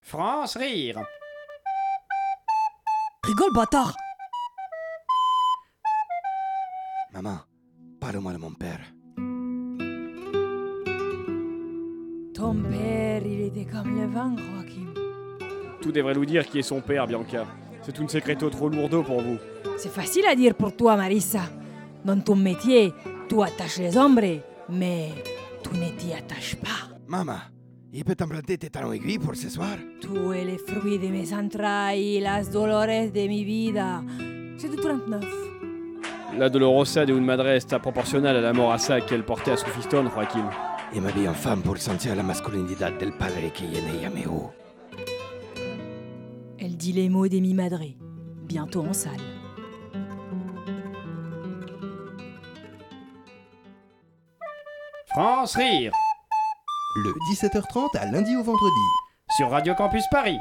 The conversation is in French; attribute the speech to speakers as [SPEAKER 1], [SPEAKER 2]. [SPEAKER 1] France rire.
[SPEAKER 2] Rigole, bâtard
[SPEAKER 3] Maman, parle-moi de mon père.
[SPEAKER 2] Ton père, il était comme le vent, Joachim.
[SPEAKER 4] Tout devrait nous dire qui est son père, Bianca. C'est une secreto trop lourdeau pour vous.
[SPEAKER 2] C'est facile à dire pour toi, Marissa. Dans ton métier, tu attaches les ombres, mais tu ne t'y attaches pas.
[SPEAKER 3] Maman, il peut t'implanter tes talons aiguilles pour ce soir
[SPEAKER 2] Tu es le fruit de mes entrailles, las dolores de mi vida. C'est du 39.
[SPEAKER 4] La Dolorosa de une Madre est proportionnelle à la morassa qu'elle portait à son fiston, Joaquin.
[SPEAKER 3] Il m'habille en femme pour sentir la masculinité del padre qui est né à mes hauts.
[SPEAKER 2] Elle dit les mots d'Emi Madré. Bientôt en salle.
[SPEAKER 1] France rire.
[SPEAKER 5] Le 17h30 à lundi au vendredi.
[SPEAKER 1] Sur Radio Campus Paris.